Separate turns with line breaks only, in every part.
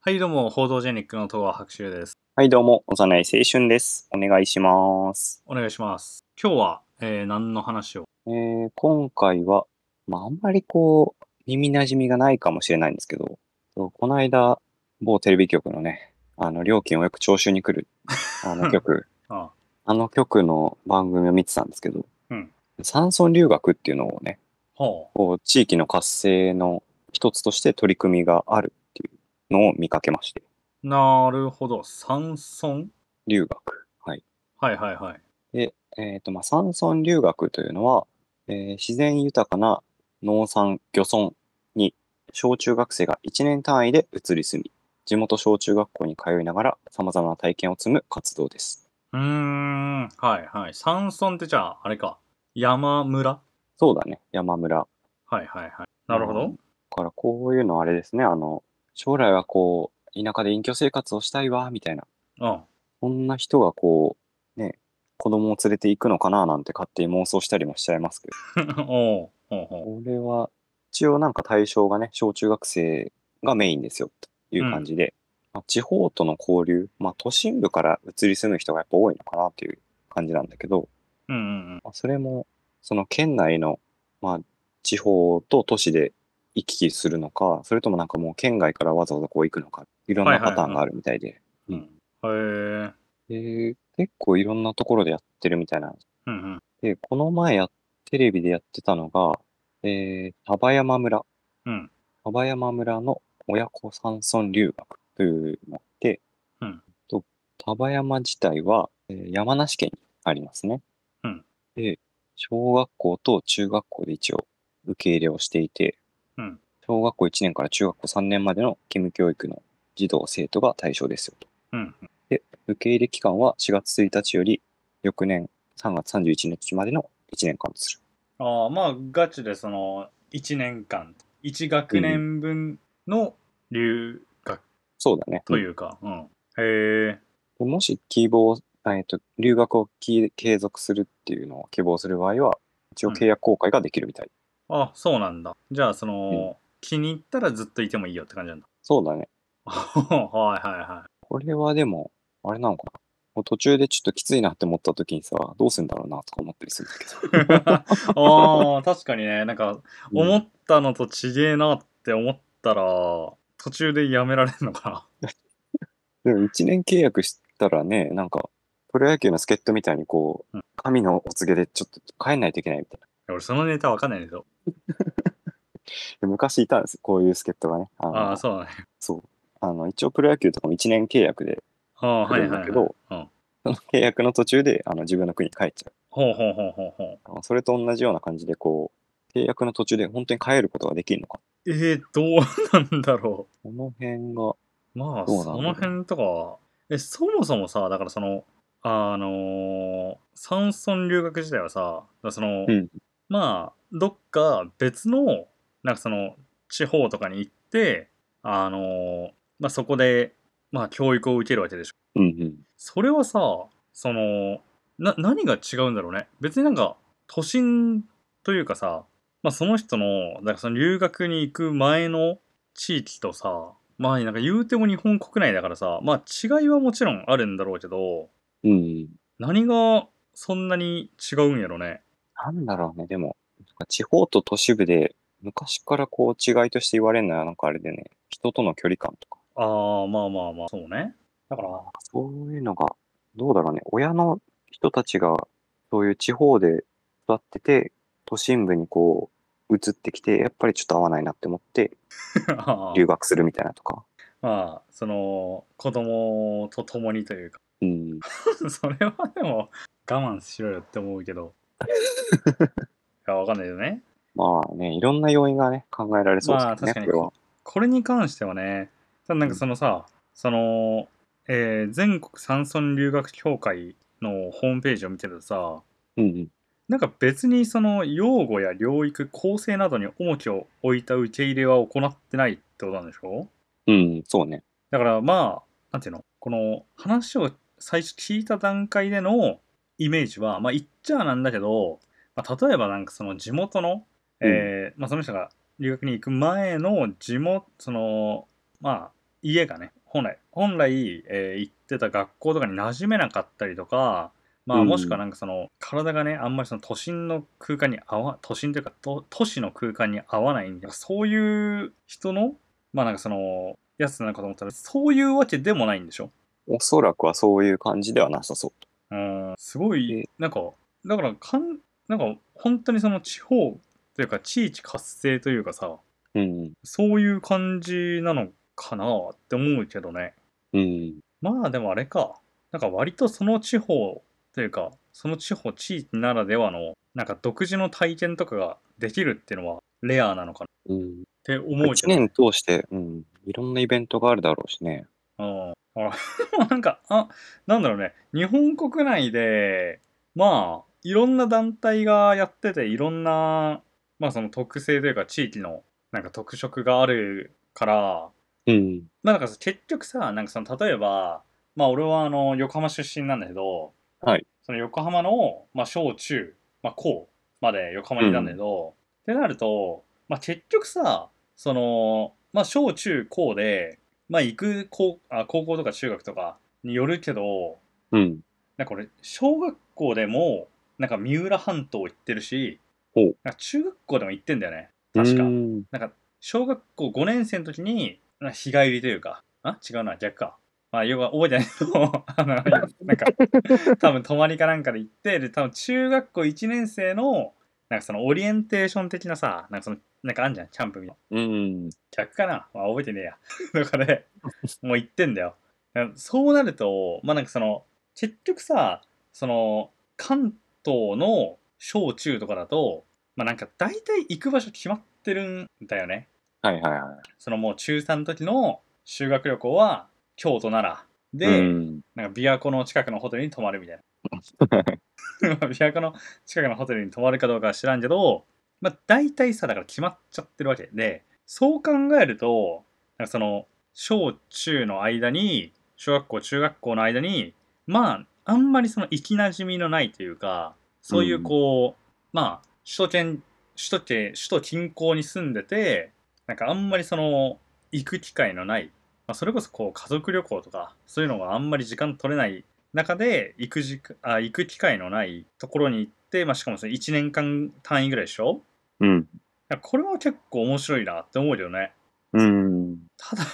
はい、どうも、報道ジェニックの戸川白秋です。
はい、どうも、幼い青春です。お願いします。
お願いします。今日は、えー何の話を
えー今回は、まあ、あんまりこう、耳馴染みがないかもしれないんですけど、そうこの間、某テレビ局のね、あの、料金をよく徴収に来る、あの曲、
あ
あの曲の番組を見てたんですけど、
うん
山村留学っていうのをね、
ほ
こう、地域の活性の一つとして取り組みがあるっていうのを見かけまして、
う。なるほど。山村
留学。はい。
はいはいはい。
えっ、と、まあ、山村留学というのは、えー自然豊かな農産、漁村に小中学生が1年単位で移り住み、地元小中学校に通いながら様々な体験を積む活動です。
うーん、はいはい。山村ってじゃあ、あれか。山村
そうだね、山村。
はいはいはい。なるほ
う
ど
ん。だからこういうのはあれですね、あの、将来はこう、田舎で隠居生活をしたいわ、みたいな。
うん。
こんな人がこう、ね、子供を連れて行くのかななんて勝手に妄想したりもしちゃいますけ ど。
おうほうほ
これは、一応なんか対象がね、小中学生がメインですよ、という感じで、まあ地方との交流、まあ都心部から移り住む人がやっぱ多いのかなっていう感じなんだけど、
う。うんうんうん。
まあ、それも、その県内の、まあ地方と都市で行き来するのか、それともなんかもう県外からわざわざこう行くのか、いろん
はい
な
はい
パターンがあるみたいで、うん
へえ。
で結構いろんなところでやってるみたいな
うんうん。
で、この前や、テレビでやってたのが、えー、丹波山村。
うん。
丹波山村の親子山村留学というのがあって、
うん
と、丹波山自体は、えー山梨県にありますね。
うん
で、小学校と中学校で一応受け入れをしていて、
うん
小学校1年から中学校3年までの義務教育の児童生徒が対象ですよと。
うん。
受け入れ期間は4月1日より翌年3月31日までの1年間とする。
ああ、まあ、ガチでその、1年間、1学年分の留学
そうだね。
というか、うん。へえ。
でもし希望、あえっと、留学をき継続するっていうのを希望する場合は、一応契約更改ができるみたい。
あ、そうなんだ。じゃあ、その、気に入ったらずっといてもいいよって感じなんだ。
そうだね。
はいはいはい。
これはでも、あれなのかな。もう途中でちょっときついなって思った時にさ、どうするんだろうなとか思ったりするんだけど。
ああ、確かにね、なんか、
う
思
ん
ったのとちげえなって思ったら、途中でやめられるのか
でも1年契約したらね、なんか、プロ野球の助っ人みたいにこ
う、
うん神のお告げでちょっと帰んないといけないみたいな。
な。 俺、そのネタわかんないんですよ。
で昔いたんですこういう助っ人がね。あの
ああ、そうだね。
そう。あの、一応プロ野球とかも1年契約で、
ああ、はいはい、
だ
はい。
けど
うん。
その契約の途中であの自分の国に帰っちゃう。
ほうほうほうほうほ
あのそれと同じような感じで、こう、契約の途中で本当に帰ることができるのか。
う。えー、どうなんだろ
この辺が、
う。まあ、
どうなん
そ
だろう
の辺とかは、え、そもそもさ、だからその、あのー、山村留学自体はさ、だからその、
うん
まあ、どっか別の、なんかその、地方とかに行って、あのーまあそこで、まあ教育を受けるわけでしょ。
うんうん。
それはさ、その、な、何が違うんだろうね。別になんか、都心というかさ、まあその人の、なんかその留学に行く前の地域とさ、まあなんか言うても日本国内だからさ、まあ違いはもちろんあるんだろうけど、
うんうん。
何がそんなに違うんやろね。
なんだろうね、でも、なんか地方と都市部で昔からこう違いとして言われるのは、なんかあれでね、人との距離感とか、
ああ、まあまあまあ、そうね。だから、
そういうのが、どうだろうね、親の人たちが、そういう地方で育ってて、都心部にこう、移ってきて、やっぱりちょっと合わないなって思って、
あ
留学するみたいなとか。
まあ、その、子供と共にというか、
うん。
それはでも、我慢しろよって思うけど。いや、わかんないよね。
まあね、いろんな要因がね、考えられそうです
まあ
けどね、
確かに
これは。
これに関してはね、ただなんかそのさ、その、えー全国山村留学協会のホームページを見てるとさ、
うんうん。
なんか別にその養護や療育、構成などに重きを置いた受け入れは行ってないってことなんでしょ
うん、そうね。
だからまあ、なんていうのこの話を最初聞いた段階でのイメージは、まあ言っちゃなんだけど、まあ、例えばなんかその地元の、えーまあその人が留学に行く前の地元、その、まあ家がね、本来本来、えー行ってた学校とかに馴染めなかったりとか、まあ、
うん
もしくはなんかその体がねあんまりその都心の空間に合わ都心というか都都市の空間に合わないんでそういう人のまあなんかそのやつなのかと思ったらそういうわけでもないんでしょ
おそらくはそういう感じではなさそう。
うんすごい
で
なんかだからかんなんか本当にその地方というか地域活性というかさ
うん。
そういう感じなのかなって思うけどね。
うん。
まあでもあれか。なんか割とその地方というか、その地方地域ならではの、なんか独自の体験とかができるっていうのはレアなのかな
うん。
って思う
一
けど。
年通して、うん。いろんなイベントがあるだろうしね。
うん。あら なんか、あ、なんだろうね。日本国内で、まあ、いろんな団体がやってて、いろんな、まあその特性というか地域の、なんか特色があるから、
うん。
まあなんかさ結局さ、なんかその例えば、まあ俺はあの横浜出身なんだけど、
はい
その横浜の、まあ、小中、まあ、高まで横浜にいたんだけど、ってなると、まあ、結局さ、その、まあ、小中高で、まあ、行く高あ高校とか中学とかによるけど、
うん。
なんか俺、小学校でも、なんか三浦半島行ってるし
ほう、
なんか中学校でも行ってんだよね。確か
う。ん
なんか、小学校5年生の時に、な日帰りというか、あ違うな、逆か。まあ、要は覚えてないけど、 あの、なんか、多分泊まりかなんかで行って、で、多分中学校1年生の、なんかそのオリエンテーション的なさ、なんかその、なんかあんじゃん、キャンプみたいな。
うん。
逆かな、まあ、覚えてねえや。 だからね、もう行ってんだよ。そうなると、まあなんかその、結局さ、その、関東の小中とかだと、まあなんか大体行く場所決まってるんだよね。
はいはいは
そのもう中3の時の修学旅行は京都奈良
い。
で、
うん。
なんか琵琶湖の近くのホテルに泊まるみたいな まあ琵琶湖の近くのホテルに泊まるかどうかは知らんけど、まあ、大体さだから決まっちゃってるわけでそう考えるとなんかその小中の間に小学校中学校の間にまああんまりその生きなじみのないというかそういうこう、まあ首都圏首都圏首都近郊に住んでてなんかあんまりその行く機会のないまあ、それこそこう家族旅行とかそういうのがあんまり時間取れない中で行く時間あ行く機会のないところに行って、まあ、しかもそれ1年間単位ぐらいでしょ
うん。
いやこれは結構面白いなって思うけどね
うん。
ただ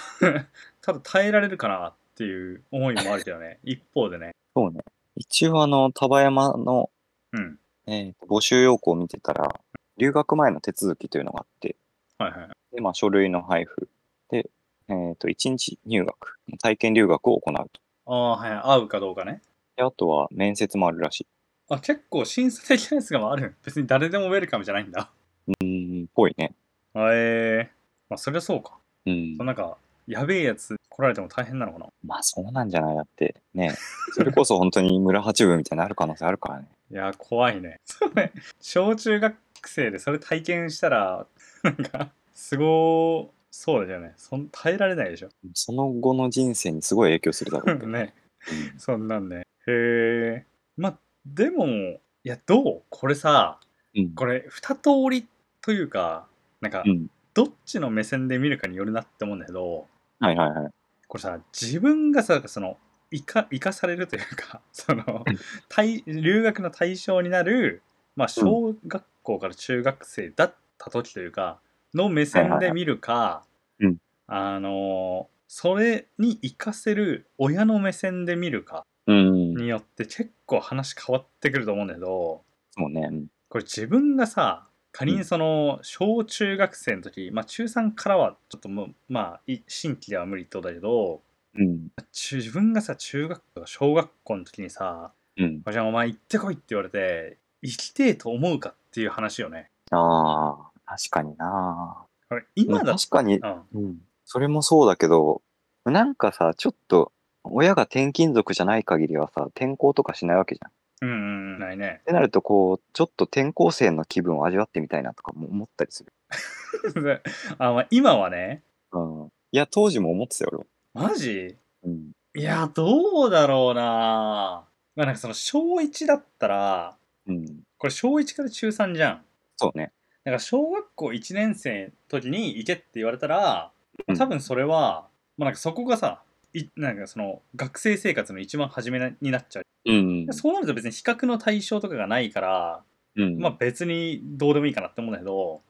ただ耐えられるかなっていう思いもあるけど ね一方でね
そうね。一応あの、丹波山の、
うん
えー募集要項を見てたら、留学前の手続きというのがあって、
はいはい
で、まあ、書類の配布。で、えっ、と、一日入学、体験留学を行うと。
ああはい合うかどうかね
で、あとは面接もあるらしい。
あ結構審査的なやつがある別に誰でもウェルカムじゃないんだ
うん、ぽいね。
あええまあそりゃそうか
うん
そ。のなんかやべえやつ来られても大変なのかな
まあ、そうなんじゃないだって、ね。それこそ本当に村八分みたいになる可能性あるからね。
いやー怖いね。それ小中学生でそれ体験したらなんかすごそうだよね。そん耐えられないでしょ。
その後の人生にすごい影響するだろうけど。
ねそんなんね。へえ。まあでもいやどうこれさ
うん。
これ二通りというかなんか
うん。
どっちの目線で見るかによるなって思うんだけど
はいはいはい。
これさ自分がさその生か生かされるというか その対留学の対象になる、まあ、小学校から中学生だった時というかの目線で見るか、
いはいうん
あのそれに生かせる親の目線で見るか
うん。
によって結構話変わってくると思うんだけど
そうね。うん
これ自分がさ仮にその小中学生の時、まあ、中3からはちょっともうまあい新規では無理ってことだけど
うん。
中自分がさ中学校小学校の時にさ
うん
「。おじゃんお前行ってこい」って言われて生きてえと思うかっていう話よね
ああ、確かにな。
これ今だ
確かに、
うん
うん、それもそうだけど、なんかさ、ちょっと、親が転勤族じゃない限りはさ、転校とかしないわけじゃん。っ
うんうんないね
てなると、こう、ちょっと転校生の気分を味わってみたいなとかも思ったりする。
あ、まあ、今はね
うん。いや、当時も思ってたよ、俺は。
マジ
うん。
いやどうだろうなまあなんかその小1だったら
うん。
これ小1から中3じゃん
そうね。
だから小学校1年生の時に行けって言われたら、
うん
多分それは、まあ、なんかそこがさいなんかその学生生活の一番初めになっちゃう
うん。
そうなると別に比較の対象とかがないから、
うん。
まあ別にどうでもいいかなって思うんだけ ど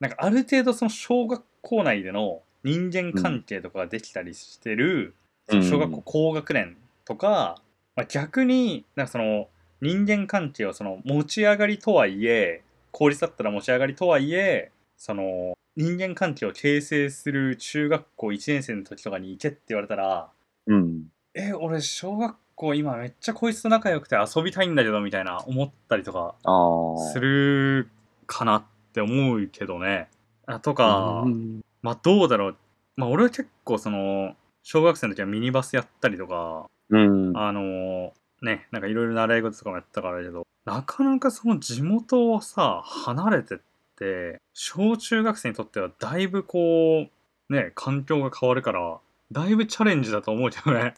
なんかある程度その小学校内での人間関係とかができたりしてる、
うん
その小学校高学年とか、まあ、逆になんかその人間関係をその持ち上がりとはいえ効率だったら持ち上がりとはいえその人間関係を形成する中学校1年生の時とかに行けって言われたら
うん。
え俺小学校今めっちゃこいつと仲良くて遊びたいんだけどみたいな思ったりとか
ああ。
するかなって思うけどねあとか、
うん
まあどうだろうまあ俺は結構その小学生の時はミニバスやったりとか
うん。
あのーねなんかいろいろ習い事とかもやったからだけどなかなかその地元をさ離れてって小中学生にとってはだいぶこうね環境が変わるからだいぶチャレンジだと思うけど ね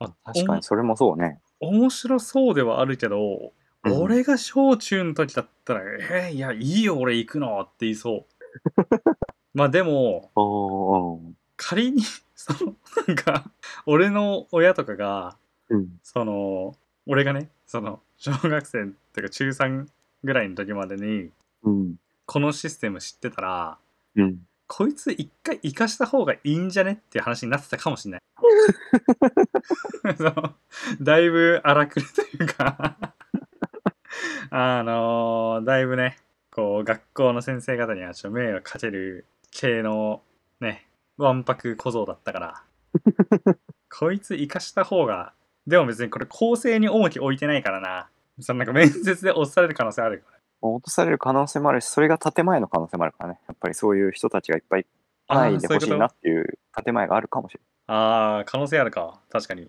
あ
確かに、それもそうね。
面白そうではあるけど、
うん
俺が小中の時だったら「えーいやいいよ俺行くの」って言いそう まあでも
おお。
仮に そのなんか俺の親とかが
うん。
その俺がねその小学生っていうか中3ぐらいの時までに
うん。
このシステム知ってたら
うん。
こいつ一回生かした方がいいんじゃねっていう話になってたかも しれないそのだいぶ荒くれというかあのーだいぶねこう学校の先生方にはちょっと迷惑かける系のねわんぱく小僧だったからこいつ生かした方がでも別にこれ構成に重き置いてないからなそのなんか面接で落とされる可能性あるから
落とされる可能性もあるし、それが建前の可能性もあるからね。やっぱりそういう人たちがいっぱい
あ
ない
ー
で
そうい
ほ
うこ
しい
と
なっていう建前があるかもしれ
ああ、可能性あるか。確かに。い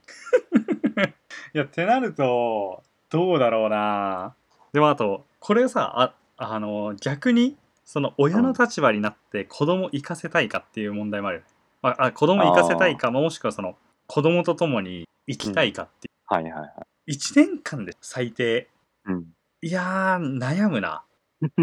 や、ってなると、どうだろうな。でもあと、これさ、あ、あの、逆に、その親の立場になって子供行かせたいかっていう問題もあるよね。まあ、あ子供行かせたいか、もしくはその、子供と共に行きたいかってい
ない。はいはいはい。
う。1年間で最低。
うん。
いやー、悩むな。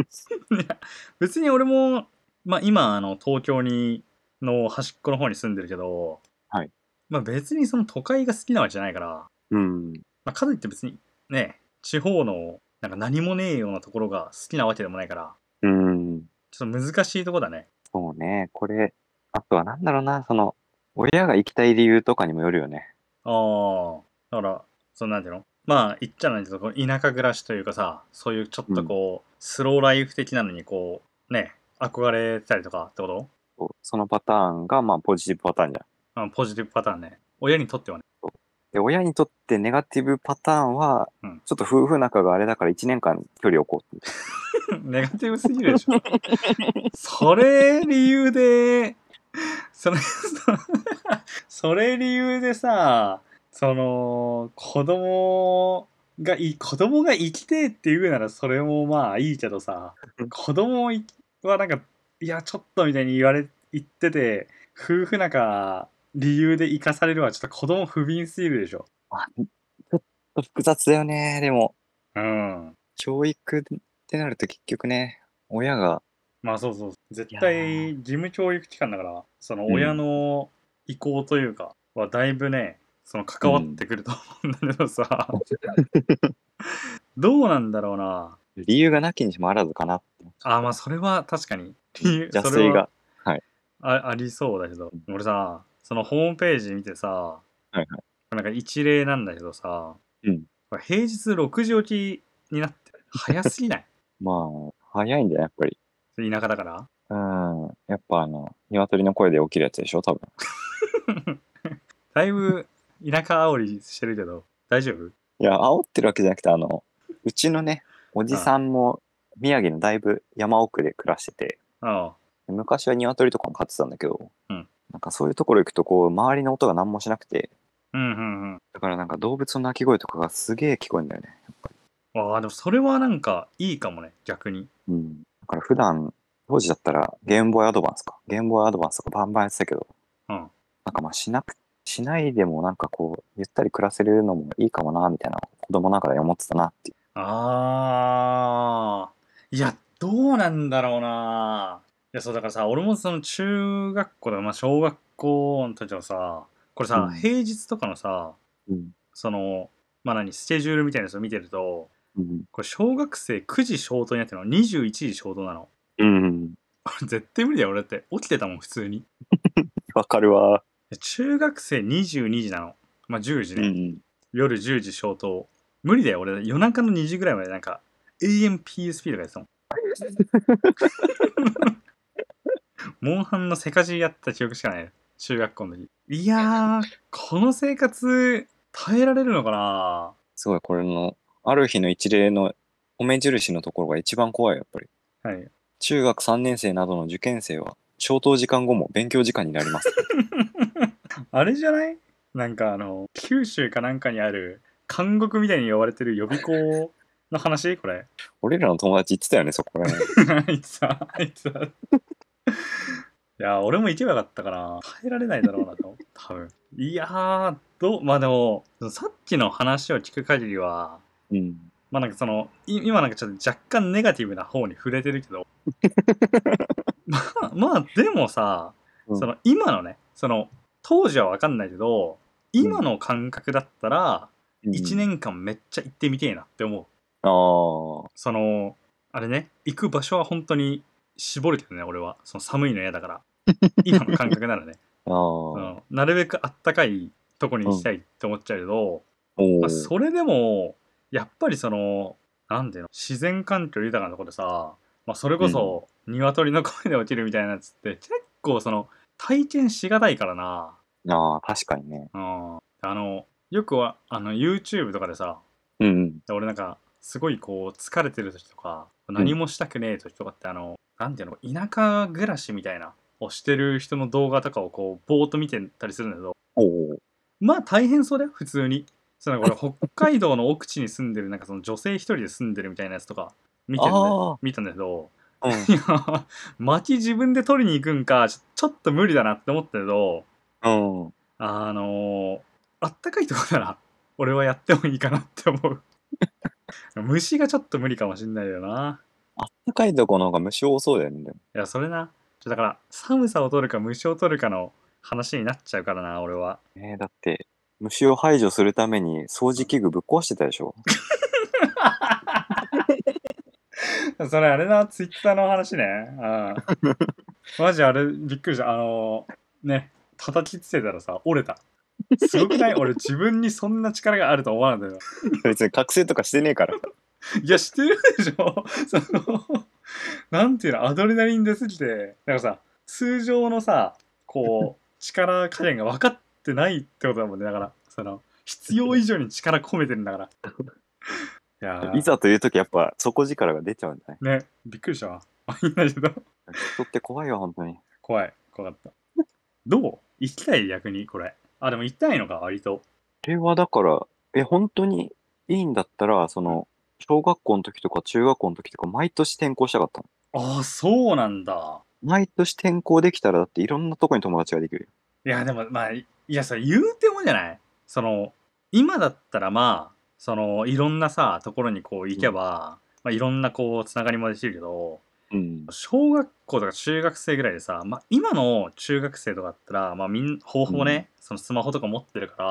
別に俺も、まあ、今あの東京にの端っこの方に住んでるけど、
はい
まあ、別にその都会が好きなわけじゃないから、ま
うん。
あ、かといって別にね地方のなんか何もねえようなところが好きなわけでもないから
うん。
ちょっと難しいとこだね
そうね。これ、あとはなんだろうな、その、親が行きたい理由とかにもよるよね。
ああだからそのなんていうのまあ言っちゃなんていうの田舎暮らしというかさそういうちょっとこう、スローライフ的なのにこうね憧れたりとかってこと
そうそのパターンが、まあ、ポジティブパターンじゃん。
うんポジティブパターンね親にとってはね
で、親にとってネガティブパターンは
うん、
ちょっと夫婦仲があれだから1年間距離を置こうって。
ネガティブすぎるでしょ。それ理由で、それ、 それ理由でさ、その、子供がいい、子供が生きてえって言うならそれもまあいいけどさ、子供はなんか、いや、ちょっとみたいに言われ、言ってて、夫婦仲、理由で生かされるはちょっと子供不憫すぎるでしょ。
複雑だよね、でも。
うん。
教育ってなると結局ね、親が、
まあそうそう絶
いや
対
ー
義務教育機関だからその
うん
親の意向というかはだいぶねその関わってくると思うんだけどさ、どうなんだろうな
理由がなきにしもあらずかなって。
あまあそれは確かに 理由
邪
それ
推
は
が。
あありそうだけど俺さそのホームページ見てさ、
いはい
なんか一例なんだけどさ、
うん
平日6時起きになって早すぎない
まあ、早いんだよ、やっぱり。
田舎だから
うん。やっぱあの、鶏の声で起きるやつでしょ、多分。
だいぶ田舎煽りしてるけど大丈夫
いや、煽ってるわけじゃなくて、あの、うちのね、おじさんも宮城のだいぶ山奥で暮らしてて、
ああ
昔は鶏とかも飼ってたんだけど、
うん
なんかそういうところ行くと、こう、周りの音が何もしなくて、
うんうんうん
だからなんか動物の鳴き声とかがすげえ聞こえるんだよね。
ああ、でもそれはなんかいいかもね、逆に。
うん。だから普段、当時だったらゲームボーイアドバンスか。ゲームボーイアドバンスとかバンバンやってたけど、
うん。
なんかまあしなく、しないでもなんかこう、ゆったり暮らせるのもいいかもな、みたいな、子供ながら思ってたなっていう。
ああ、いや、どうなんだろうな。いや、そうだからさ、俺もその中学校で、まあ小学校の時はさ、これさ、
うん
平日とかのさ、
うん
その、まあ何、スケジュールみたいなやつを見てると、
うん。
これ小学生9時消灯になってるの、21時消灯なの。
うん。
これ絶対無理だよ、俺だって。起きてたもん、普通に。
わかるわ。
で中学生22時なの。まあ10時
う
ね。
ん。
夜10時消灯。無理だよ、俺。夜中の2時ぐらいまでなんか、AMPSP とかやってたもん。モンハンのセカジやってた記憶しかない。中学校の時。いやー、この生活、耐えられるのかな
すごい、これの、ある日の一例の米印のところが一番怖い、やっぱり。
はい。
中学3年生などの受験生は、消灯時間後も勉強時間になり ます。
あれじゃないなんかあの、九州かなんかにある、監獄みたいに呼ばれてる予備校の話これ。
俺らの友達言ってたよね、そこら 辺。
あいつは、あいつは。いやー、俺も行けばよかったから、耐えられないだろうなと、 多分。いやー、どう、まあでも、さっきの話を聞く限りは、
うん。
まあなんかその、い今なんかちょっと若干ネガティブな方に触れてるけ ど、まあ、まあでもさ、
うん
その今のね、その、当時はわかんないけど、今の感覚だったら、1。年間めっちゃ行ってみてえなって思う。
ああ。
そのあれね行く場所は本当に絞るけどね俺はその寒いの嫌だから 今の感覚ならね、
ああ。
う
お
ん、なるべくあったかいとこに行きたいって思っちゃうけど、まあ、
ー
それでもやっぱりそのなんていうの自然環境豊かなところでさ、まあ、それこそ鶏の声で起きるみたいなやつって結構その体験しがたいからな、
ああ、確かにね。
うん、あのよくはあの YouTube とかでさ
うん。
で俺なんかすごいこう疲れてる時とか何もしたくねえ時とかってあの、なんていうの田舎暮らしみたいなをしてる人の動画とかをこうぼーっと見てたりするんだけど
おお。
まあ大変そうだよ普通にその俺北海道の奥地に住んでるなんかその女性一人で住んでるみたいなやつとか見てんだ
ああ
見たんだけど
うん。
いや 薪自分で取りに行くんかちょちょっと無理だなって思ったけど
うん。
あのーあったかいとこなら俺はやってもいいかなって思う 虫がちょっと無理かもしんないよな
高いとこの方が虫多そうだよね。でも
いやそれなちょだから寒さを取るか虫を取るかの話になっちゃうからな俺は
えーだって、虫を排除するために掃除器具ぶっ壊してたでしょ。
それあれなツイッターの話ねうん マジあれびっくりしたあのーね叩きつけたらさ折れたすごくない俺自分にそんな力があると思わなかったよ
別に覚醒とかしてねえから。
いや、してるでしょ その、なんていうの、アドレナリン出すぎて、なんかさ、通常のさ、こう、力加減が分かってないってことだもんね。だから、その、必要以上に力込めてるんだから。いやー
いざという時やっぱ底力が出ちゃうんじゃない
ね、びっくりしたわ。あいいんだけど、
人って怖いわ、本当に。
怖い、怖かった。どう行きたい逆に、これ。あ、でも行きたいのか、割と。
これはだから、え、本当にいいんだったら、その、小学校の時とか中学校の時とか、毎年転校したかったの。
ああ、そうなんだ。
毎年転校できたら、だっていろんなとこに友達ができる
いやでもまあいいやそれ言うてもじゃないその今だったらまあそのいろんなさところにこう行けば、まあ、いろんなこうつながりもできるけど
よ。うん。
小学校とか中学生ぐらいでさ、まあ、今の中学生とかだったら、まあ、みんほぼほぼね、そのスマホとか持ってるから、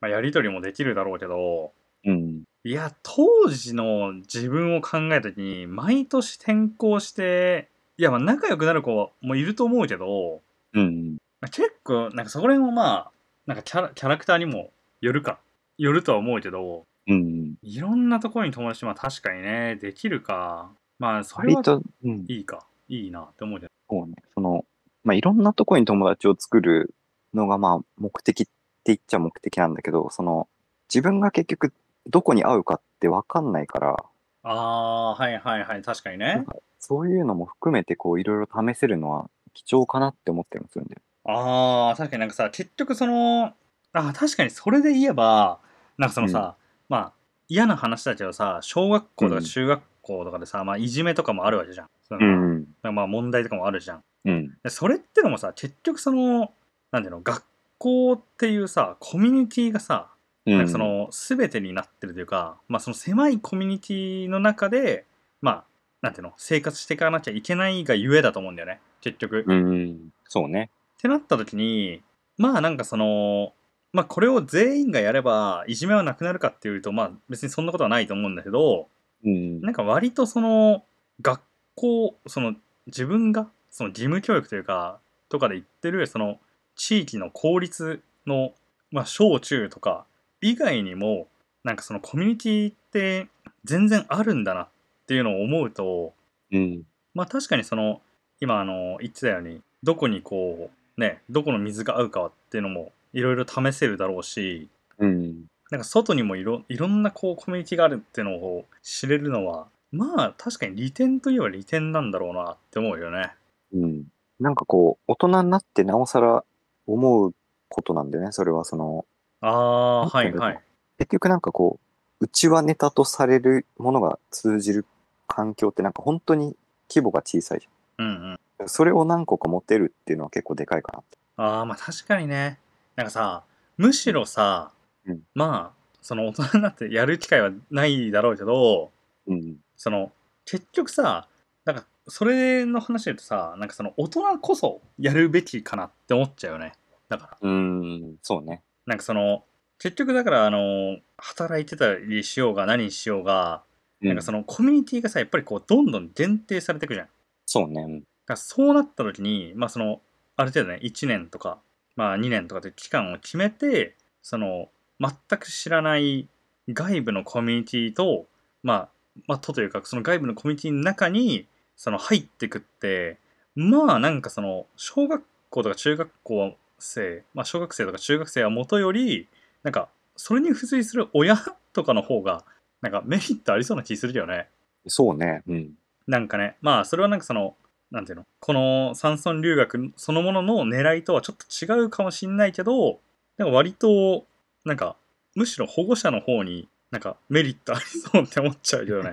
まあ、やり取りもできるだろうけど
うん。
いや当時の自分を考えた時に毎年転校していやまあ仲良くなる子もいると思うけど
うん。
まあ結構なんかそこら辺もまあなんかキャラキャラクターにもよるかよるとは思うけど
うん。
いろんなところに友達まあ確かにねできるかまあそれ
割
は
と、うん。
いいかいいなって思うけど
そうね。その、まあ、いろんなとこに友達を作るのが、まあ、目的って言っちゃ目的なんだけど、その、自分が結局、どこに会うかってわかんないから、
ああーはいはいはい確かにね
そういうのも含めて、こう、いろいろ試せるのは貴重かなって思ったりもするんだよ。
ああ確かになんかさ結局そのあー確かにそれで言えばなんかそのさ、まあ嫌な話だけどさ小学校と
う
か
ん
中学校とかでさ、まあいじめとかもあるわけじゃん、その
うん。
まあ問題とかもあるじゃん
うん。
でそれってのもさ結局そのなんていうの学校っていうさコミュニティがさ、
な
なんかそ、の全てになってるというか、まあ、その狭いコミュニティの中でまあなんていうの生活していかなきゃいけないがゆえだと思うんだよね結局。
うん。そうね。
ってなった時にまあなんかそのまあこれを全員がやればいじめはなくなるかっていうとまあ別にそんなことはないと思うんだけど
うん。
なんか割とその学校その自分がその義務教育というかとかで言ってるその地域の公立の、まあ、小中とか以外にもなんかそのコミュニティって全然あるんだなっていうのを思うと
うん。
まあ確かにその今あの言ってたようにどこにこうねどこの水が合うかっていうのもいろいろ試せるだろうし
うん。
なんか外にもいろいろんなこうコミュニティがあるっていうのを知れるのはまあ確かに利点といえば利点なんだろうなって思うよね。
うん。なんかこう、大人になってなおさら思うことなんでね、それはその、
ああーは
ないんか
はい。
結局なんかこう、うちはネタとされるものが通じる環境ってなんか本当に規模が小さいじ
うんうん。
ゃん。それを何個か持てるっていうのは結構でかいかなって。
ああまあ確かにね。なんかさむしろさ、
うん
まあその大人になってやる機会はないだろうけど
うん。
その結局さなんかそれの話で言うとさなんかその大人こそやるべきかなって思っちゃうよねだから
うん、そうね。
なんかその結局だからあの働いてたりしようが何しようが、なんかそ
の、
のコミュニティがさやっぱりこうどんどん限定されていくじゃんだか
そうね。
らそうなった時にまあそのある程度ね1年とか、まあ、2年とかという期間を決めてその全く知らない外部のコミュニティとまあまあ、とというかその外部のコミュニティの中にその入ってくってまあなんかその小学校とか中学校生、まあ、小学生とか中学生はもとよりなんかそれに付随する親とかの方がなんかメリットありそうな気するけどね
そうね。うん。
なんかねまあそれはなんかそのなんていうのこの山村留学そのものの狙いとはちょっと違うかもしんないけどなんか割となんかむしろ保護者の方になんかメリットありそうって思っちゃうけど ね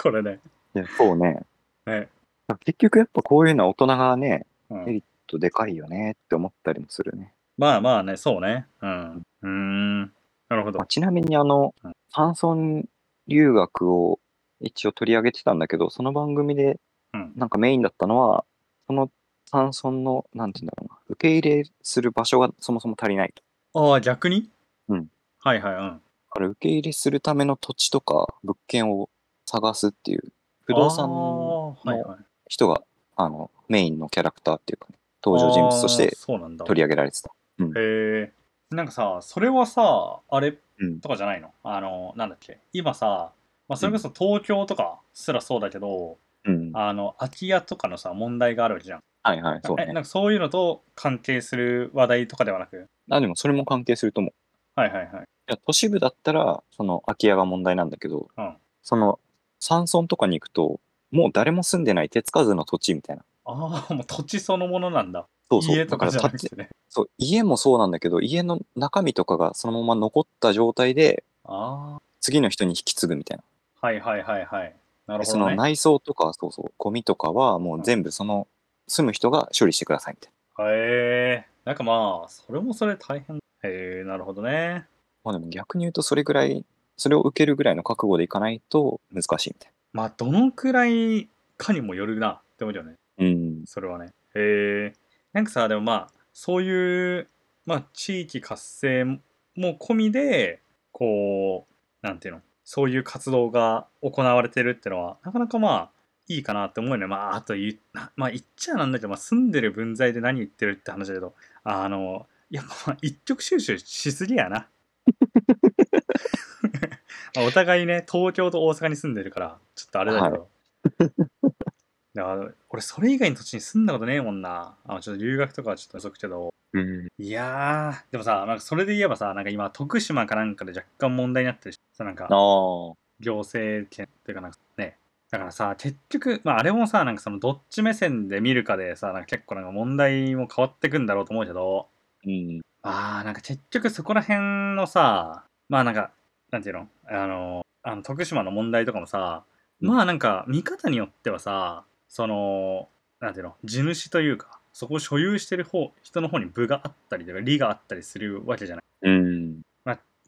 これね
いやそうね。
ね、
結局やっぱこういうのは大人がね、
う
メリ
ん、
ちょっとでかいよねって思ったりもするね。
まあまあねそうねうんうーんなるほど
まあ、ちなみにあの
うん、
山村留学を一応取り上げてたんだけど、その番組で
うん
なんかメインだったのは、その山村の、なんて言うんだろうな、受け入れする場所がそもそも足りないと。
ああ逆に
うん
はいはいうん
だから受け入れするための土地とか物件を探すっていう、不動産の
あーはいはい
人があ、のメインのキャラクターっていうかね、登場人物とし
あー
て
そうなんだ
取り上げられてた。
へえんかさそれはさあれ
うん
とかじゃないの、あのなんだっけ今さ、まあ、それこそ東京とかすらそうだけど、
うん。
あの空き家とかのさ問題があるわけじゃん
はいはい、そう
え
ね
なん。かそういうのと関係する話題とかではなく
あ、でもそれも関係すると思う。
はいはいはい
いや都市部だったらその空き家が問題なんだけど、
うん
その山村とかに行くともう誰も住んでない手つかずの土地みたいな
ああもう土地そのものなんだ
そうそう
家とかじ
だ
ゃ
から
な
建
く
て
てね
そう家もそうなんだけど家の中身とかがそのまま残った状態で
あ
次の人に引き継ぐみたいな
あはいはいはいはいなるほ
そ
ど、
の
ね、
内装とかそうそうゴミとかはもう全部その住む人が処理してくださいみた
へ
い
えなんかまあそれもそれ大変へえなるほどね
な、まあ、でも逆に言うとそれぐらいそれを受けるぐらいの覚悟でいかないと難しいみたい
まあどのくらいかにもよるなって思うよね
なうん
それはね。へえ。なんかさ、でもまあ、そういう、まあ、地域活性も込みで、こう、なんていうの、そういう活動が行われてるってのは、なかなかまあ、いいかなって思うよね。まあ、あと言う、なまあ、言っちゃなんだけど、まあ、住んでる分際で何言ってるって話だけど、あの、やっぱまあ、一極収集しすぎやな。 まあお互いね、東京と大阪に住んでるから、ちょっとあれだけど。だから俺それ以外の土地に住んだことねえもんなあちょっと留学とかはちょっと遅くけど
うん
いやーでもさなんかそれで言えばさなんか今徳島かなんかで若干問題になってるしさなん
あ
か
あ
行政権っていうかなんかねだからさ結局、まあ、あれもさなんかそのどっち目線で見るかでさなんか結構なんか問題も変わってくんだろうと思うけど
うん
あーなんか結局そこら辺のさまあなんかなんていうのあのあの徳島の問題とかもさまあなんか見方によってはさそのなんていうの地主というかそこを所有してる方人の方に部があったりとか利があったりするわけじゃない。
うん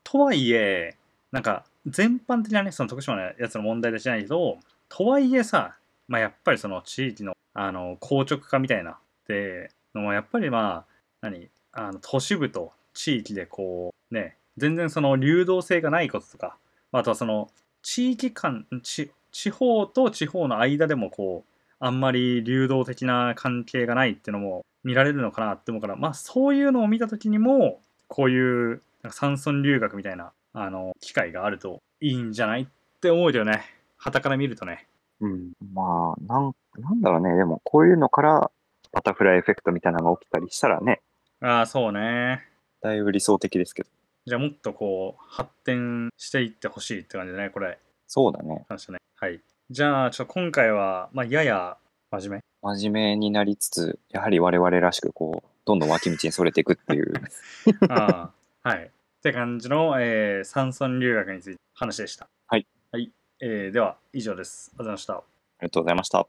とはいえなんか全般的なねその徳島のやつの問題だけじゃないけどとはいえさ、まあ、やっぱりその地域のあの硬直化みたいなってのもやっぱりまあ何あの都市部と地域でこう、ね、全然その流動性がないこととか、あとはその地域間、ち地方と地方の間でもこう、あんまり流動的な関係がないっていうのも見られるのかなって思うから、まあそういうのを見た時にも、こういうなんか山村留学みたいな、あの、機会があるといいんじゃないって思うけどね。旗から見るとね。
うん、まあ、なん、なんだろうね。でも、こういうのから、バタフライエフェクトみたいなのが起きたりしたらね、
ああ、そうね。
だいぶ理想的ですけど。
じゃあもっとこう、発展していってほしいって感じだね、これ。
そうだね。
感謝ね。はい。じゃあ、ちょっと今回は、まあ、やや真面目。
真面目になりつつ、やはり我々らしく、こう、どんどん脇道にそれていくって いう。
ああ、 はい。って感じの、えー、山村留学について話でした。
はい。
はい。えー、では、以上です。ありがとうございました。
ありがとうございました。